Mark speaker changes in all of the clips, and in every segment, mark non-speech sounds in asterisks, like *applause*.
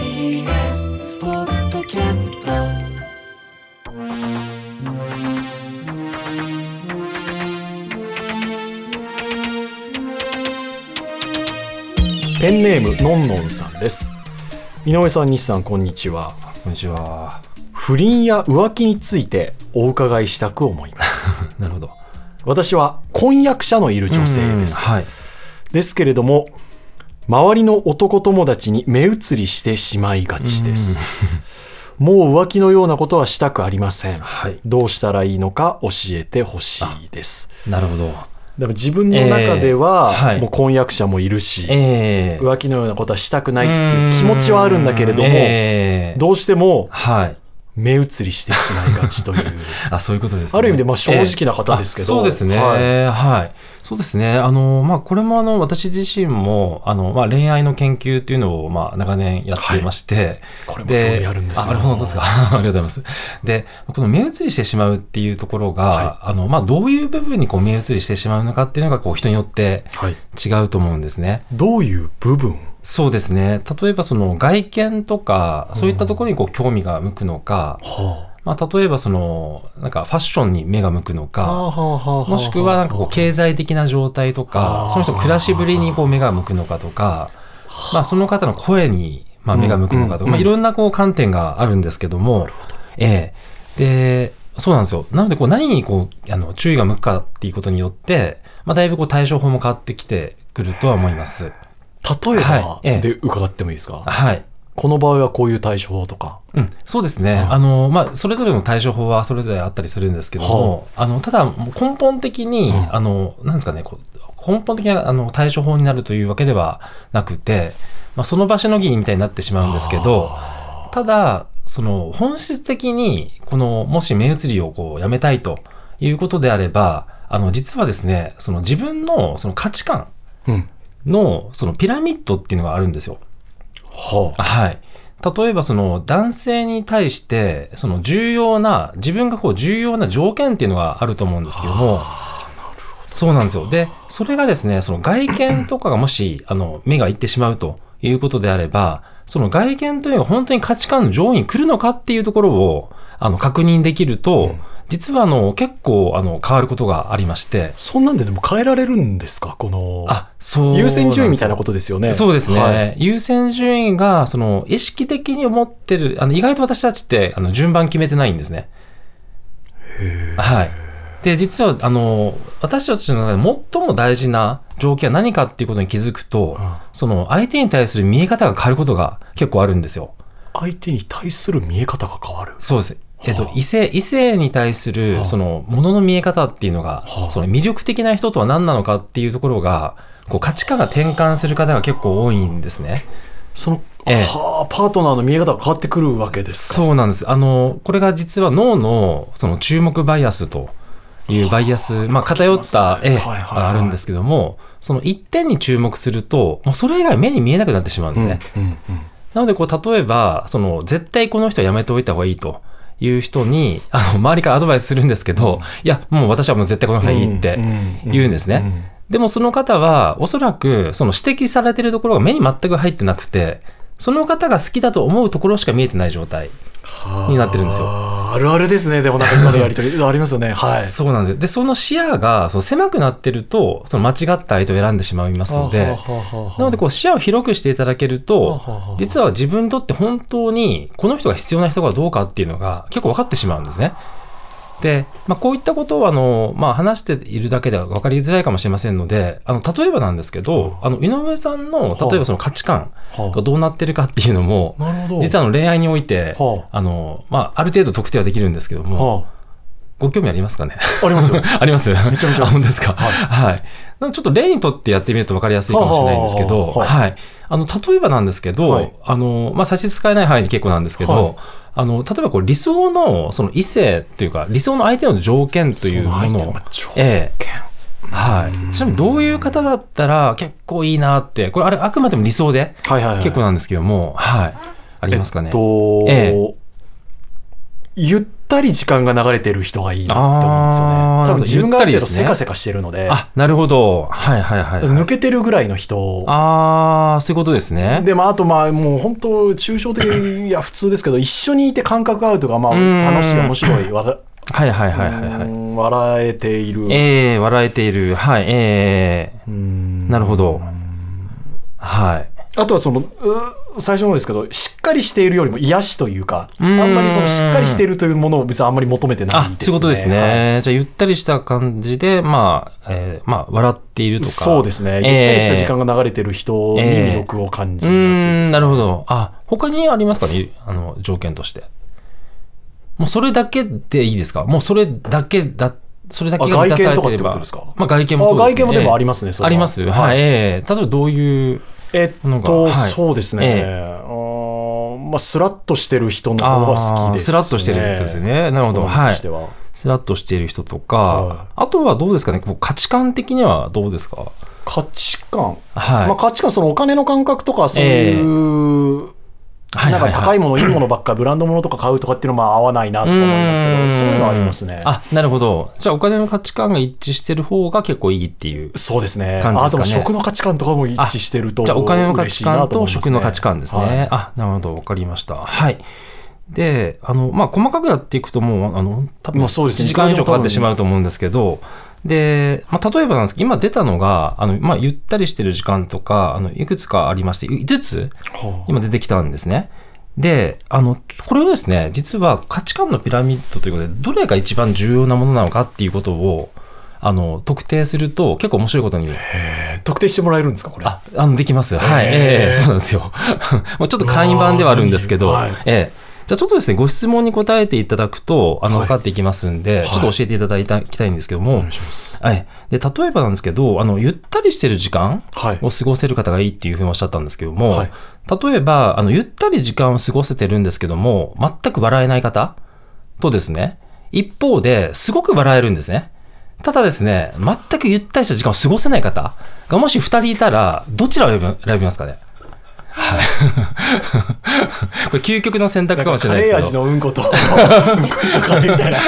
Speaker 1: TBS ポッドキャスト
Speaker 2: ペンネームのんのんさんです井上さん西さんこんにちは
Speaker 3: こんにちは。
Speaker 2: 不倫や浮気についてお伺いしたく思います
Speaker 3: *laughs* なるほど。
Speaker 2: 私は婚約者のいる女性です、
Speaker 3: うんはい。
Speaker 2: ですけれども周りの男友達に目移りしてしまいがちです、もう浮気のようなことはしたくありません、
Speaker 3: はい
Speaker 2: どうしたらいいのか教えてほしいです
Speaker 3: なるほど。
Speaker 2: だから自分の中では、
Speaker 3: えーはい
Speaker 2: もう婚約者もいるし、
Speaker 3: ええ
Speaker 2: 浮気のようなことはしたくないっていう気持ちはあるんだけれども、
Speaker 3: ええ
Speaker 2: どうしても
Speaker 3: はい。
Speaker 2: 目移りしてしまいがちという。
Speaker 3: *laughs* あ、そういうことです、ね。
Speaker 2: ある意味でまあ正直な方ですけど
Speaker 3: あそうですね。
Speaker 2: は
Speaker 3: はいい。そうですね。あの、まあ、これもあの、私自身も、あの、まあ、恋愛の研究っていうのを、まあ、長年やっていまして、
Speaker 2: これも興味あるんですよ。
Speaker 3: あ、本当ですか。 *laughs* ありがとうございます。で、この目移りしてしまうっていうところが、あの、まあ、どういう部分にこう目移りしてしまうのかっていうのが、こう、人によって
Speaker 2: はい。
Speaker 3: 違うと思うんですね。
Speaker 2: どういう部分
Speaker 3: そうですね。例えばその外見とか、そういったところにこう興味が向くのか、
Speaker 2: は
Speaker 3: まあ例えばその、なんかファッションに目が向くの
Speaker 2: あ
Speaker 3: か、
Speaker 2: はあはあはあ
Speaker 3: もしくはなんかこう経済的な状態と
Speaker 2: あ
Speaker 3: か
Speaker 2: ー、
Speaker 3: その人の暮らしぶりにこう目が向くのかとか、まあその方の声にまあ目が向くのかと
Speaker 2: うん
Speaker 3: か、まあいろんなこう観点があるんですけども、ええ。で、そうなんですよ。なのでこう何にこう、あの、注意が向くかっていうことによって、まあだいぶこう対処法も変わってきてくるとは思います。
Speaker 2: 例えば
Speaker 3: はいええ
Speaker 2: で伺ってもいいですか
Speaker 3: はい。
Speaker 2: この場合はこういう対処法とか。
Speaker 3: うん、そうですね、あのまあ、それぞれの対処法はそれぞれあったりするんですけども、あのただ、もう根本的に、
Speaker 2: うん
Speaker 3: あのなんですかね、こう根本的なあの対処法になるというわけではなくて、まあ、その場しのぎみたいになってしまうんですけど、ただ、その本質的にこの、もし目移りをこうやめたいということであれば、あの実はですね、その自分のその価値観
Speaker 2: うん。
Speaker 3: のそのピラミッドっていうのがあるんですよ。
Speaker 2: はあ。
Speaker 3: はい。例えばその男性に対してその重要な自分がこう重要な条件っていうのがあると思うんですけどもそうなんですよでそれがですねその外見とかがもし *clears throat* あの目がいってしまうということであればその外見というのが本当に価値観の上位に来るのかっていうところをあの確認できると、実はあの結構あの変わることがありまして
Speaker 2: そんなんででも変えられるんですかこの、
Speaker 3: あそうなんですよ
Speaker 2: 優先順位みたいなことですよね。
Speaker 3: そうですね、
Speaker 2: はい
Speaker 3: 優先順位がその意識的に思ってるあの意外と私たちってあの順番決めてないんですね。はい、で実はあの私たちの中で最も大事な条件は何かっていうことに気づくと、
Speaker 2: うん
Speaker 3: その相手に対する見え方が変わることが結構あるんですよ。
Speaker 2: 相手に対する見え方が変わる。
Speaker 3: そうです。えっ
Speaker 2: は
Speaker 3: と
Speaker 2: あ、
Speaker 3: 異性、異性に対す
Speaker 2: はあ
Speaker 3: る、その、ものの見え方っていうのが
Speaker 2: はあ、
Speaker 3: その魅力的な人とは何なのかっていうところが、こう、価値観が転換する方が結構多いんですね。
Speaker 2: その、
Speaker 3: ええ
Speaker 2: はあ、パートナーの見え方が変わってくるわけですか。
Speaker 3: そうなんです。あの、これが実は脳の、その注目バイアスというバイアス、まあ、偏っ
Speaker 2: 聞
Speaker 3: た、
Speaker 2: きますね
Speaker 3: ええ
Speaker 2: はいはいはい
Speaker 3: あるんですけども、その一点に注目すると、もうそれ以外目に見えなくなってしまうんですね。
Speaker 2: うんうん
Speaker 3: なので、こう、例えば、その、絶対この人はやめておいた方がいいと。いう人に、 *laughs* あの、周りからアドバイスするんですけど、いや、もう私はもう絶対この方がいいって言うんですね。
Speaker 2: うんうん
Speaker 3: でもその方は、おそらく、その指摘されてるところが目に全く入ってなくて、その方が好きだと思うところしか見えてない状態。になってるんですよ
Speaker 2: あーあるあるですね。でもなんか今のやりとり
Speaker 3: *laughs*
Speaker 2: ありますよね。はい。
Speaker 3: そうなんですよでその視野がその狭くなってるとその間違った相手を選んでしまいますので
Speaker 2: はあはあはあはあ
Speaker 3: なのでこう視野を広くしていただけると
Speaker 2: はあはあはあ
Speaker 3: 実は自分にとって本当にこの人が必要な人かどうかっていうのが結構分かってしまうんですね。で、まあ、こういったことをあの、まあ、話しているだけでは分かりづらいかもしれませんのであの例えばなんですけどあの井上さんの例えばその価値観がどうなってるかっていうのも
Speaker 2: なるほど。
Speaker 3: 実
Speaker 2: は、
Speaker 3: はあの恋愛において
Speaker 2: は
Speaker 3: あの、まあ、ある程度特定はできるんですけどもご興味ありますかね
Speaker 2: あ、あり
Speaker 3: *laughs*
Speaker 2: ますよ。
Speaker 3: あります
Speaker 2: めちゃめちゃあ
Speaker 3: *laughs* あ
Speaker 2: ります
Speaker 3: 本当ですか。
Speaker 2: はい
Speaker 3: はい。なのでちょっと例にとってやってみると分かりやすいかもしれないんですけ
Speaker 2: はあ
Speaker 3: ど、
Speaker 2: はあはあ
Speaker 3: はい。あの、例えばなんですけど、
Speaker 2: はい
Speaker 3: あの、まあ、差し支えない範囲で結構なんですけど、あの、例えばこう理想の、その異性っていうか、理想の相手の条件というも
Speaker 2: その
Speaker 3: の
Speaker 2: 相手
Speaker 3: を
Speaker 2: の、条件
Speaker 3: ええはい。ちなみにどういう方だったら結構いいなって、これあれあくまでも理想で
Speaker 2: はいはいはい。
Speaker 3: 結構なんですけども、はい。ありますかね。
Speaker 2: えっと、
Speaker 3: え
Speaker 2: ゆったり時間が流れてる人がいいなって思うんですよね
Speaker 3: あー。
Speaker 2: 多分自分がある
Speaker 3: ゆ
Speaker 2: 程度
Speaker 3: ったりですね
Speaker 2: せかせかしてるので、
Speaker 3: あ、なるほど。はいはいはい、はい。
Speaker 2: 抜けてるぐらいの人。
Speaker 3: あー、そういうことですね。
Speaker 2: でまあ、あとまあもう本当抽象的いや普通ですけど *laughs* 一緒にいて感覚が合うとかま
Speaker 3: う
Speaker 2: あ
Speaker 3: ん
Speaker 2: 楽しい面白いわら
Speaker 3: はいはいはいはいは
Speaker 2: う
Speaker 3: い。
Speaker 2: ん笑えている
Speaker 3: えー、笑えている。はい、え
Speaker 2: うん
Speaker 3: ー、なるほど。はい。
Speaker 2: あとはそのう最初のですけどしっかりしているよりも癒しというか
Speaker 3: うん
Speaker 2: あんまりそのしっかりしているというものを別にあんまり求めてない
Speaker 3: あ
Speaker 2: ですね。、
Speaker 3: そういうことです
Speaker 2: はい
Speaker 3: ね。じゃあ、ゆったりした感じで、まあ、えーまあ、笑っているとか。
Speaker 2: そうですね、ゆったりした時間が流れてる人に
Speaker 3: ええ
Speaker 2: 魅力を感じ
Speaker 3: う
Speaker 2: ますよね、
Speaker 3: ーん、なるほど。あ、他にありますかねあの、条件として。もうそれだけでいいですかもうそれだけだ、それだけが
Speaker 2: あ
Speaker 3: 満たさ
Speaker 2: 外見
Speaker 3: れ
Speaker 2: とかっ
Speaker 3: てれ
Speaker 2: てこ
Speaker 3: ば。
Speaker 2: とですか
Speaker 3: まあ外見もそうです、ね。
Speaker 2: あ外見もでもありますね
Speaker 3: ええ
Speaker 2: それは
Speaker 3: あります。
Speaker 2: は
Speaker 3: はいい。ええ例えばどういう、
Speaker 2: えっと、
Speaker 3: はい
Speaker 2: そうですね、
Speaker 3: ええ
Speaker 2: うーんまあ、スラッとしてる人の方が好きです、
Speaker 3: スラッとしてる人ですよ。ね。なるほど。
Speaker 2: 好み
Speaker 3: は
Speaker 2: と
Speaker 3: い
Speaker 2: し。ては
Speaker 3: スラッとしている人と
Speaker 2: は
Speaker 3: か、あとはどうですかねこう価値観的にはどうですか
Speaker 2: 価値観、
Speaker 3: はい。
Speaker 2: まあ、価値観、そのお金の感覚とか、そういう、
Speaker 3: はい
Speaker 2: なん
Speaker 3: は
Speaker 2: か
Speaker 3: いはい
Speaker 2: 高いもの、いいものばっか、ブランドものとか買うとかっていうのはまあ合わないなとか思いますけど、
Speaker 3: ーん
Speaker 2: そういうのはありますね。
Speaker 3: あ、なるほど。じゃあお金の価値観が一致してる方が結構いいっていう。
Speaker 2: そうですね。
Speaker 3: 感じ
Speaker 2: あ
Speaker 3: です
Speaker 2: で
Speaker 3: かね
Speaker 2: も食の価値観とかも一致してると
Speaker 3: じゃあお金の価
Speaker 2: 嬉し
Speaker 3: 値
Speaker 2: いな
Speaker 3: 観
Speaker 2: と思
Speaker 3: と
Speaker 2: いますね
Speaker 3: 食の価値観ですね。
Speaker 2: はい
Speaker 3: あ、なるほど。わかりました。はい。で、あの、まあ、細かくやっていくともう、あの、多分
Speaker 2: まあそうですね
Speaker 3: 1時間以上かかってしまうと思うんですけど、で、まあ、例えばなんですけど、今出たのが、あの、まあ、ゆったりしてる時間とか、あの、いくつかありまして、5つ
Speaker 2: はあ
Speaker 3: 今出てきたんですね。で、あの、これをですね、実は価値観のピラミッドということで、どれが一番重要なものなのかっていうことを、あの、特定すると結構面白いことに、
Speaker 2: 特定してもらえるんですか、これ。
Speaker 3: あ、あの、できます。はい。ええそうなんですよ。 *laughs* もうちょっと簡易版ではあるんですけど、
Speaker 2: うわーいい
Speaker 3: ええじゃあちょっとですね、ご質問に答えていただくと、あの、分かっていきますんで、
Speaker 2: い
Speaker 3: ちょっと教えていただいたきたいんですけども、
Speaker 2: お
Speaker 3: は
Speaker 2: 願い
Speaker 3: い、
Speaker 2: します。
Speaker 3: で、例えばなんですけど、あの、ゆったりしてる時間
Speaker 2: はい。
Speaker 3: を過ごせる方がいいっていうふうにおっしゃったんですけども、
Speaker 2: はい
Speaker 3: 例えば、あの、ゆったり時間を過ごせてるんですけども、全く笑えない方とですね、一方で、すごく笑えるんですね。ただですね、全くゆったりした時間を過ごせない方がもし二人いたら、どちらを選び選びますかねはい。 *laughs* これ究極の選択かもしれ
Speaker 2: カ
Speaker 3: ないです
Speaker 2: レー
Speaker 3: け
Speaker 2: 味
Speaker 3: ど。
Speaker 2: のうんこと、うんこ
Speaker 3: *laughs*
Speaker 2: しとカレーみたいな。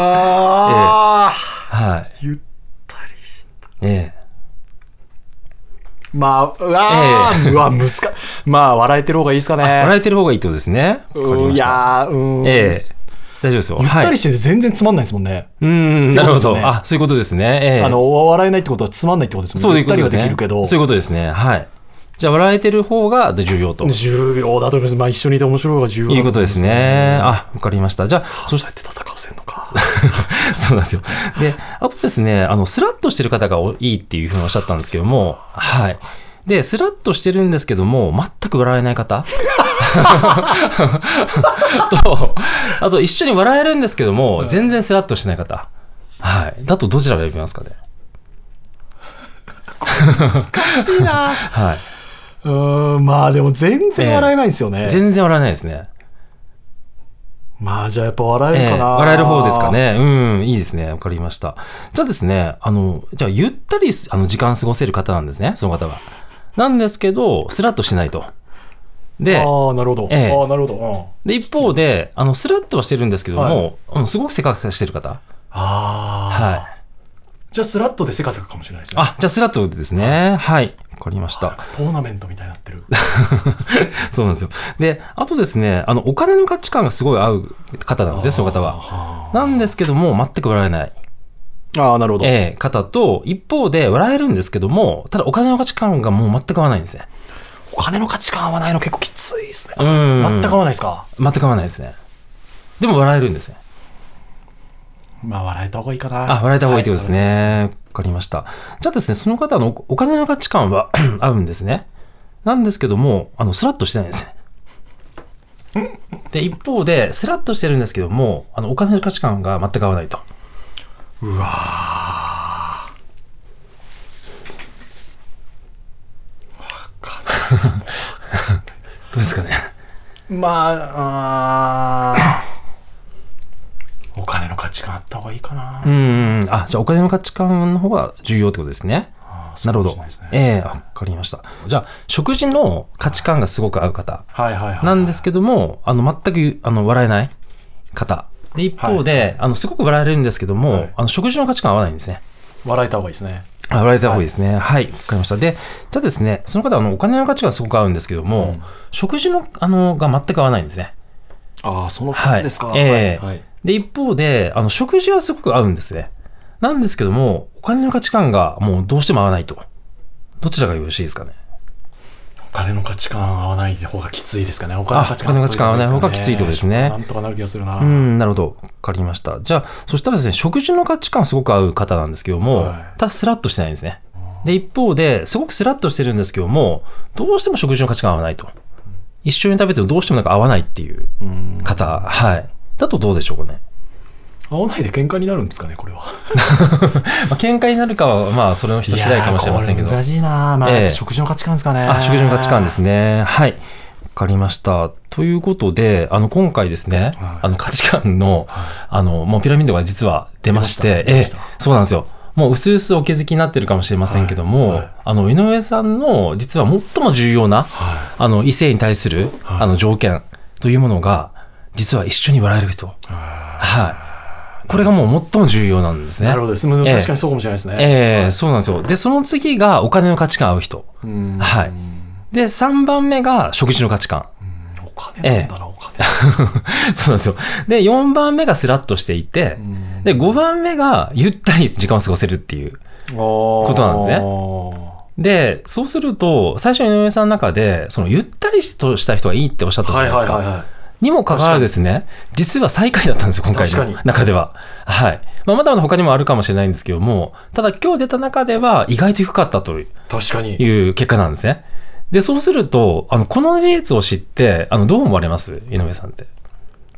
Speaker 2: あー
Speaker 3: はい。
Speaker 2: ゆったりし
Speaker 3: ええ。
Speaker 2: まあ、うわー、うわ、難しい。まあ、笑えてる方がいいですかね。
Speaker 3: 笑えてる方がいいってことですね。わか
Speaker 2: う
Speaker 3: りま
Speaker 2: んい
Speaker 3: した
Speaker 2: やー、うん。
Speaker 3: ええ。大丈夫ですよ。
Speaker 2: ゆった
Speaker 3: はい
Speaker 2: りしてて全然つまんないですもんね。
Speaker 3: うん、なるほ
Speaker 2: ってことですよ
Speaker 3: ど。
Speaker 2: ね
Speaker 3: あ、そういうことですね。ええ。
Speaker 2: あの、笑えないってことはつまんないってことですも
Speaker 3: そ
Speaker 2: ん
Speaker 3: う
Speaker 2: ね。ゆ
Speaker 3: いう
Speaker 2: っ
Speaker 3: こ
Speaker 2: たり
Speaker 3: とで
Speaker 2: は
Speaker 3: す
Speaker 2: で
Speaker 3: ね。
Speaker 2: きるけど。
Speaker 3: そういうことですね。はい。じゃあ、笑えてる方が重要と。い
Speaker 2: 重要だと思います。まあ、一緒にいて面白い方が重要だ
Speaker 3: うことですね。あ、わかりました。じゃあ、
Speaker 2: そうやって戦わせるのか。
Speaker 3: *laughs* そうなんですよ。で、あとですね、あの、スラッとしてる方が多いっていうふうにおっしゃったんですけども、はい。で、スラッとしてるんですけども、全く笑えない方 *laughs* と、あと一緒に笑えるんですけども、全然スラッとしてない方。はい。だとどちらを選びますか *laughs* ね難しいな *laughs* は
Speaker 2: うーん、まあでも全然笑えないんですよね
Speaker 3: い。。全然笑えないですね。
Speaker 2: まあじゃあやっぱ笑えるかな、
Speaker 3: ええ笑える方ですか。ね。うん、いいですね。わかりました。じゃあですね、あの、じゃあ、ゆったりすあの時間過ごせる方なんですね、その方は。なんですけど、スラッとしてないと。で、
Speaker 2: ああ、なるほど。
Speaker 3: ええ
Speaker 2: ああ、なるほど。うん
Speaker 3: で一方で、あの、スラッとはしてるんですけども、うんすごくせかせかしてる方。
Speaker 2: ああ、
Speaker 3: はい。
Speaker 2: じゃあスラッとでせかせかかもしれないですね。
Speaker 3: あ、じゃあ、スラッとですね。はい。わかりました。 *laughs*
Speaker 2: トーナメントみたいになってる。
Speaker 3: そうなんですよ。で、あとですね、あの、お金の価値観がすごい合う方なんですね、その方は。
Speaker 2: あ
Speaker 3: なんですけども、全く笑えない。
Speaker 2: あ、なるほど。
Speaker 3: ええ方と、一方で笑えるんですけども、ただお金の価値観がもう全く合わないんですね。
Speaker 2: お金の価値観合わないの結構きついですね。
Speaker 3: うん。
Speaker 2: 全く合わないですか。
Speaker 3: 全く合わないですね。でも笑えるんですね。
Speaker 2: まあ笑えた方がいいかな。
Speaker 3: あ、笑えた方がいいってことです
Speaker 2: はい
Speaker 3: ね。わかりました。じゃあですね、その方のお金の価値観は *laughs* 合うんですね。なんですけども、あの、スラッとしてないんですね。で、一方で、スラッとしてるんですけども、あの、お金の価値観が全く合わないと。 *laughs* どうですかね。
Speaker 2: まあ、あーお金の価値観あった方がいいかな。
Speaker 3: うんうんうん。あ、じゃあお金の価値観の方が重要ってことですね。
Speaker 2: あーそうか
Speaker 3: なる
Speaker 2: も
Speaker 3: ほ
Speaker 2: しれ
Speaker 3: ど
Speaker 2: ないですね。
Speaker 3: ええあわかりました。じゃあ、食事の価値観がすごく合う方
Speaker 2: はいはいはい。
Speaker 3: なんですけども、あの、全く、あの、笑えない方。で、一方で、あの、すごく笑えるんですけども、
Speaker 2: はい
Speaker 3: あの、食事の価値観合わないんですね。
Speaker 2: 笑えた方がいいですね。
Speaker 3: あ笑えた方がいいですね。はい。わ、かりました。で、ただですね、その方は、あの、お金の価値がすごく合うんですけども、
Speaker 2: うん
Speaker 3: 食事の、あの、が全く合わないんですね。
Speaker 2: ああ、その
Speaker 3: は
Speaker 2: 2
Speaker 3: い。
Speaker 2: つですか。
Speaker 3: ええ
Speaker 2: はいはい
Speaker 3: で、一方で、あの、食事はすごく合うんですね。なんですけども、お金の価値観がもうどうしても合わないと。どちらがよろしいですかね。
Speaker 2: お金の価値観合わない方がきついですかね。お金の価値観
Speaker 3: あお金の価値観合わない方がきついってことですね
Speaker 2: なんとかなる気がするな。
Speaker 3: うん、なるほど。わかりました。じゃあ、そしたらですね、食事の価値観すごく合う方なんですけども、
Speaker 2: はい
Speaker 3: ただスラッとしてないんですね。で、一方で、すごくスラッとしてるんですけども、どうしても食事の価値観合わないと。一緒に食べてもどうしてもなんか合わないっていう
Speaker 2: うん
Speaker 3: 方、はい。だとどうでしょうかね。
Speaker 2: 合わないで喧嘩になるんですかね、これは。
Speaker 3: まあ、喧嘩になるかは、まあ、それの人次第かもしれませんけど
Speaker 2: いやーこ。難しいな、まあ
Speaker 3: ええ
Speaker 2: 食事の価値観ですかね
Speaker 3: あ、食事の価値観です
Speaker 2: ね
Speaker 3: ね。はい。わかりました。ということで、あの、今回ですね、
Speaker 2: はい
Speaker 3: あの、価値観の、あの、もうピラミッドが実は出まして、
Speaker 2: 出まし
Speaker 3: え
Speaker 2: た出ま
Speaker 3: え、そうなんですよ。もう、薄々お気づきになってるかもしれませんけども、
Speaker 2: はいはい
Speaker 3: あの、井上さんの、実は最も重要な、
Speaker 2: は
Speaker 3: あの、異性に対する、
Speaker 2: はい
Speaker 3: あの、条件というものが、実は一緒に笑える人。はい。これがもう最も重要なんです
Speaker 2: い
Speaker 3: ね。
Speaker 2: なるほどです確
Speaker 3: ええ
Speaker 2: かにそうかもしれないですね、
Speaker 3: ええそうなんですよ。で、その次がお金の価値観合う人。
Speaker 2: うん
Speaker 3: はいで、3番目が食事の価値観。
Speaker 2: お金なんだな、お金
Speaker 3: *laughs* そうなんですよ。で、4番目がスラッとしていて、
Speaker 2: ん
Speaker 3: で、5番目がゆったり時間を過ごせるっていう。
Speaker 2: こ
Speaker 3: ことなんですね
Speaker 2: ね
Speaker 3: で、そうすると、最初に井上さんの中で、そのゆったりとした人がいいっておっしゃったじゃ
Speaker 2: は
Speaker 3: ないいで
Speaker 2: は
Speaker 3: す
Speaker 2: い
Speaker 3: か。
Speaker 2: はいは
Speaker 3: にもかかわらずですね、実は最下位だったんですよ、今回
Speaker 2: 確か
Speaker 3: の
Speaker 2: に
Speaker 3: 中では。はい。まあ、まだまだ他にもあるかもしれないんですけども、ただ今日出た中では意外と低かったという。
Speaker 2: い確かに
Speaker 3: いう結果なんですね。で、そうすると、あの、この事実を知って、あの、どう思われます井上さんって。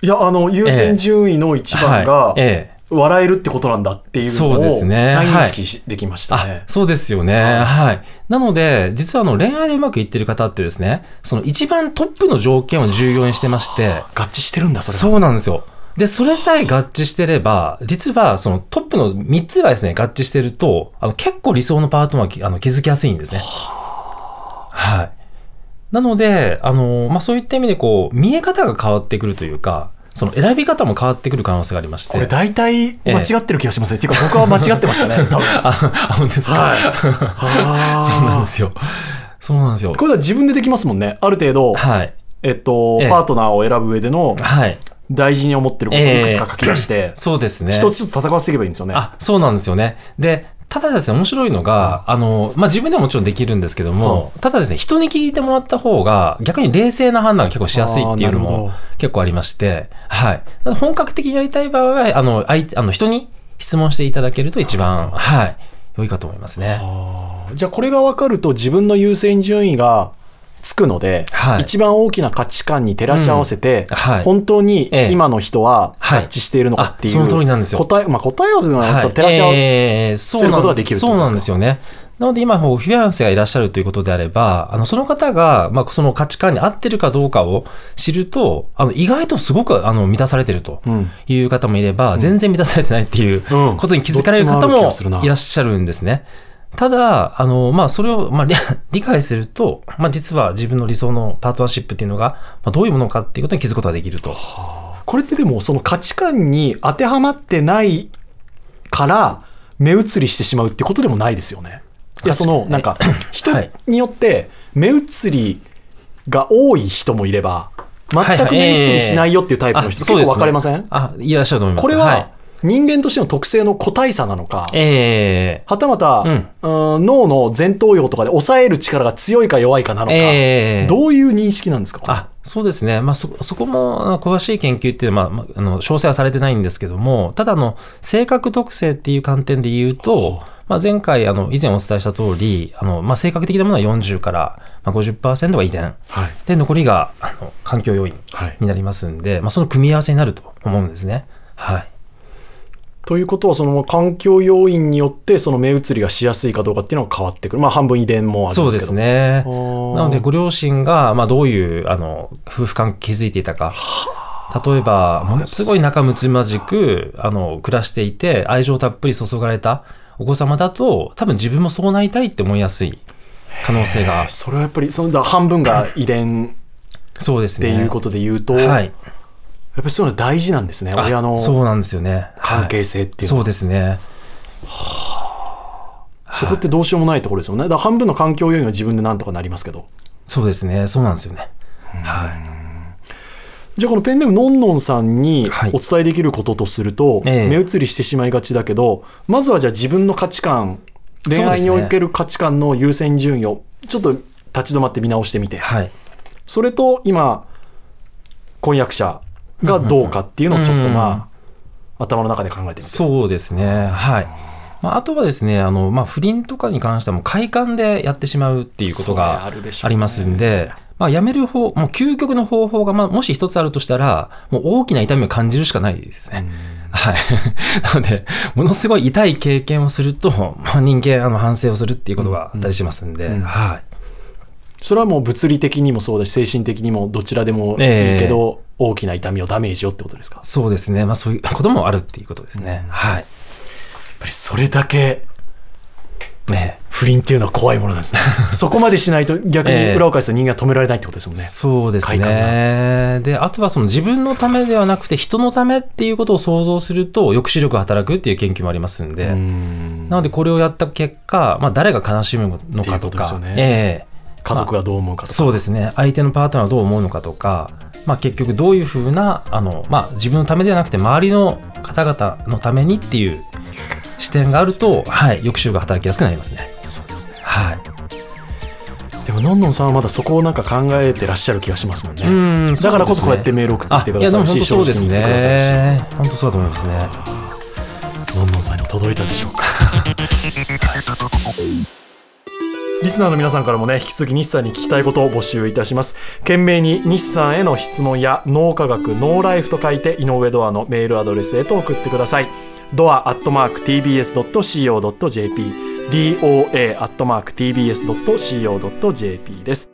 Speaker 2: いやあの優先順位の一番が
Speaker 3: はい、ええ。
Speaker 2: 笑えるってことなんだっていうの
Speaker 3: そうで
Speaker 2: を
Speaker 3: すね
Speaker 2: 再認識しできました
Speaker 3: あ
Speaker 2: ね、
Speaker 3: そうですよね。
Speaker 2: はい
Speaker 3: はい。なので、実はあの、恋愛でうまくいってる方ってですね、その一番トップの条件を重要にしてまして、
Speaker 2: 合致してるんだそれ
Speaker 3: そうなんですよ。で、それさえ合致してれば、実はそのトップの3つがですね、合致してると、あの結構理想のパートナーきあの気づきやすいんですね。はい。なので、あの、まあ、そういった意味でこう、見え方が変わってくるというか、その選び方も変わってくる可能性がありまして。
Speaker 2: これ大体
Speaker 3: ええ
Speaker 2: 間違ってる気がしますね、っていうか僕は間違ってましたね多分
Speaker 3: *laughs*
Speaker 2: はい
Speaker 3: あ、あ本当ですか、
Speaker 2: あー
Speaker 3: そうなんですよ。そうなんですよ。
Speaker 2: これは自分でできますもんねある程度、
Speaker 3: はい。
Speaker 2: えっと、
Speaker 3: ええ
Speaker 2: パートナーを選ぶ上での
Speaker 3: はい。
Speaker 2: 大事に思ってることをいくつか書き出して、
Speaker 3: そうですね。
Speaker 2: 一つずつ戦わせていけばいいんですよね。
Speaker 3: あ、そうなんですよね。で、ただですね、面白いのが、あの、まあ、自分でももちろんできるんですけども、ただですね、人に聞いてもらった方が、逆に冷静な判断が結構しやすいっていうの
Speaker 2: あーなるほ
Speaker 3: も
Speaker 2: ど
Speaker 3: 結構ありまして、はい。なので本格的にやりたい場合は、あの、相手あの人に質問していただけると一番、はい、良いかと思いますね。
Speaker 2: じゃあこれが分かると自分の優先順位がつくので、
Speaker 3: はい
Speaker 2: 一番大きな価値観に照らし合わせて、
Speaker 3: うんはい
Speaker 2: 本当に
Speaker 3: ええ
Speaker 2: 今の人は合
Speaker 3: はい
Speaker 2: 致しているのかっていう、
Speaker 3: あその通りなんですよ
Speaker 2: 答え、まあ、答えをというのは
Speaker 3: はい
Speaker 2: その照らし合わせ、
Speaker 3: えーそう
Speaker 2: る
Speaker 3: なん
Speaker 2: ことができるってこ
Speaker 3: そう
Speaker 2: とですか
Speaker 3: なんですよね。なので今、こうフィアンセがいらっしゃるということであれば、あの、その方が、まあ、その価値観に合ってるかどうかを知ると、あの、意外とすごく、あの、満たされてると
Speaker 2: うん
Speaker 3: いう方もいれば、全然満たされてないっていう
Speaker 2: うん
Speaker 3: ことに気づかれる
Speaker 2: ど
Speaker 3: 方
Speaker 2: っちもある気
Speaker 3: も
Speaker 2: がするない
Speaker 3: らっしゃるんですね。ただ、あの、まあ、それを、まあ、理 *laughs* 理解すると、まあ、実は自分の理想のパートナーシップっていうのが、まあ、どういうものかっていうことに気づくことができると。
Speaker 2: これってでもその価値観に当てはまってないから目移りしてしまうってことでもないですよね。いやそのなんか人
Speaker 3: はい
Speaker 2: によって目移りが多い人もいれば全
Speaker 3: はいは
Speaker 2: く
Speaker 3: い
Speaker 2: 目移りしないよっていうタイプの人結
Speaker 3: あそ
Speaker 2: 構
Speaker 3: うですね
Speaker 2: 分かれません
Speaker 3: あ、いらっしゃると思います。
Speaker 2: これ
Speaker 3: い
Speaker 2: は人間としての特性の個体差なのか
Speaker 3: ええ
Speaker 2: はたまた、
Speaker 3: うん
Speaker 2: うん脳の前頭葉とかで抑える力が強いか弱いかなのか、
Speaker 3: ええ
Speaker 2: どういう認識なんですかこれ
Speaker 3: あそうですね、まあ、そそこもあの詳しい研究っていうのは、まあまあ、あの詳細はされてないんですけども、ただあの、性格特性っていう観点で言うと、まあ、前回あの、以前お伝えした通りあの、まあ、性格的なものは40からまあ50%が遺伝、
Speaker 2: はい
Speaker 3: で残りがあの環境要因
Speaker 2: はい
Speaker 3: になりますんで、まあ、その組み合わせになると思うんですね。はい、
Speaker 2: ということは、その環境要因によって、その目移りがしやすいかどうかっていうのが変わってくる。まあ、半分遺伝もあるん
Speaker 3: そう
Speaker 2: です
Speaker 3: で
Speaker 2: けど。
Speaker 3: すね。
Speaker 2: あー
Speaker 3: なので、ご両親が、まあ、どういう、あの、夫婦関係築いていたか。例えば、ものすごい仲睦まじく、あの、暮らしていて、愛情たっぷり注がれたお子様だと、多分自分もそうなりたいって思いやすい可能性が、
Speaker 2: それはやっぱりそのだ半分が遺伝
Speaker 3: そうで
Speaker 2: っ
Speaker 3: す
Speaker 2: て
Speaker 3: ね。
Speaker 2: いうことで言うと、
Speaker 3: は
Speaker 2: やっ
Speaker 3: い。
Speaker 2: ぱりそういうの大事なんですね
Speaker 3: あ
Speaker 2: 親の
Speaker 3: そうなんですよね。
Speaker 2: 関
Speaker 3: は
Speaker 2: 係性って
Speaker 3: い
Speaker 2: いうの
Speaker 3: そ
Speaker 2: は、
Speaker 3: うですね。
Speaker 2: そこってどうしようもないところですもんねだから半分の環境要因は自分でなんとかなりますけど
Speaker 3: そうですね。そうなんですよね。はい。
Speaker 2: じゃあこのペンネームのんのんさんに
Speaker 3: はい
Speaker 2: お伝えできることとすると、
Speaker 3: ええ
Speaker 2: 目移りしてしまいがちだけどまずはじゃあ自分の価値観
Speaker 3: うです
Speaker 2: 恋
Speaker 3: ね
Speaker 2: 愛における価値観の優先順位をちょっと立ち止まって見直してみて
Speaker 3: はい。
Speaker 2: それと今婚約者がどうかっていうのをちょっと
Speaker 3: うんうん
Speaker 2: まあ頭の中で考えてみて
Speaker 3: そうですね。はい。まあ、あとはですね、あの、まあ、不倫とかに関してはもう快感でやってしまうっていうこと
Speaker 2: それ
Speaker 3: が
Speaker 2: あるでしょうね
Speaker 3: ありますんで、まあ、やめる方、もう究極の方法が、まあ、もし一つあるとしたら、もう大きな痛みを感じるしかないですね。はい。 *laughs* なので、ものすごい痛い経験をすると、まあ、人間、あの、反省をするっていうことがあったりしますんで、
Speaker 2: うんうん
Speaker 3: はい。
Speaker 2: それはもう物理的にもそうだし精神的にもどちらでもいいけど、大きな痛みをダメージをってことですかやっ
Speaker 3: そうですね。まあ、そういうこともあるっていうことですね。はい。
Speaker 2: ぱりそれだけ
Speaker 3: ね
Speaker 2: 不倫っていうのは怖いものなんですね *laughs* そこまでしないと逆に
Speaker 3: ええ
Speaker 2: 裏を返すと人間は止められないってことですもんね、
Speaker 3: そうです
Speaker 2: 快
Speaker 3: ね。で、あとはその自分のためではなくて人のためっていうことを想像すると抑止力が働くっていう研究もありますんで、
Speaker 2: うん
Speaker 3: なのでこれをやった結果、まあ誰が悲しむの
Speaker 2: っ
Speaker 3: か
Speaker 2: ていうこととですよ
Speaker 3: か、
Speaker 2: ね
Speaker 3: ええ
Speaker 2: 家族がどう思うかとか、
Speaker 3: そうですね。相手のパートナーはどう思うのかとか、まあ結局どういうふうな、あの、まあ自分のためではなくて周りの方々のためにっていう視点があると、はい、抑止力が働きやすくなりますね。
Speaker 2: そうですね
Speaker 3: はい。
Speaker 2: でものんのんさんはまだそこをなんか考えてらっしゃる気がしますもんね、
Speaker 3: うん
Speaker 2: だからこそこうやってメール送ってきてくださる
Speaker 3: あいやでも本
Speaker 2: し
Speaker 3: 当そうです
Speaker 2: 正直に言ってくださるし
Speaker 3: ね。本当そうだと思いますね。
Speaker 2: のんのんさんに届いたでしょうか *laughs* リスナーの皆さんからもね引き続き西さんに聞きたいことを募集いたします懸命に西さんへの質問や脳科学ノーライフと書いて井上ドアのメールアドレスへと送ってくださいドアアットマーク TBS.CO.JP doa アットマーク TBS.CO.JP です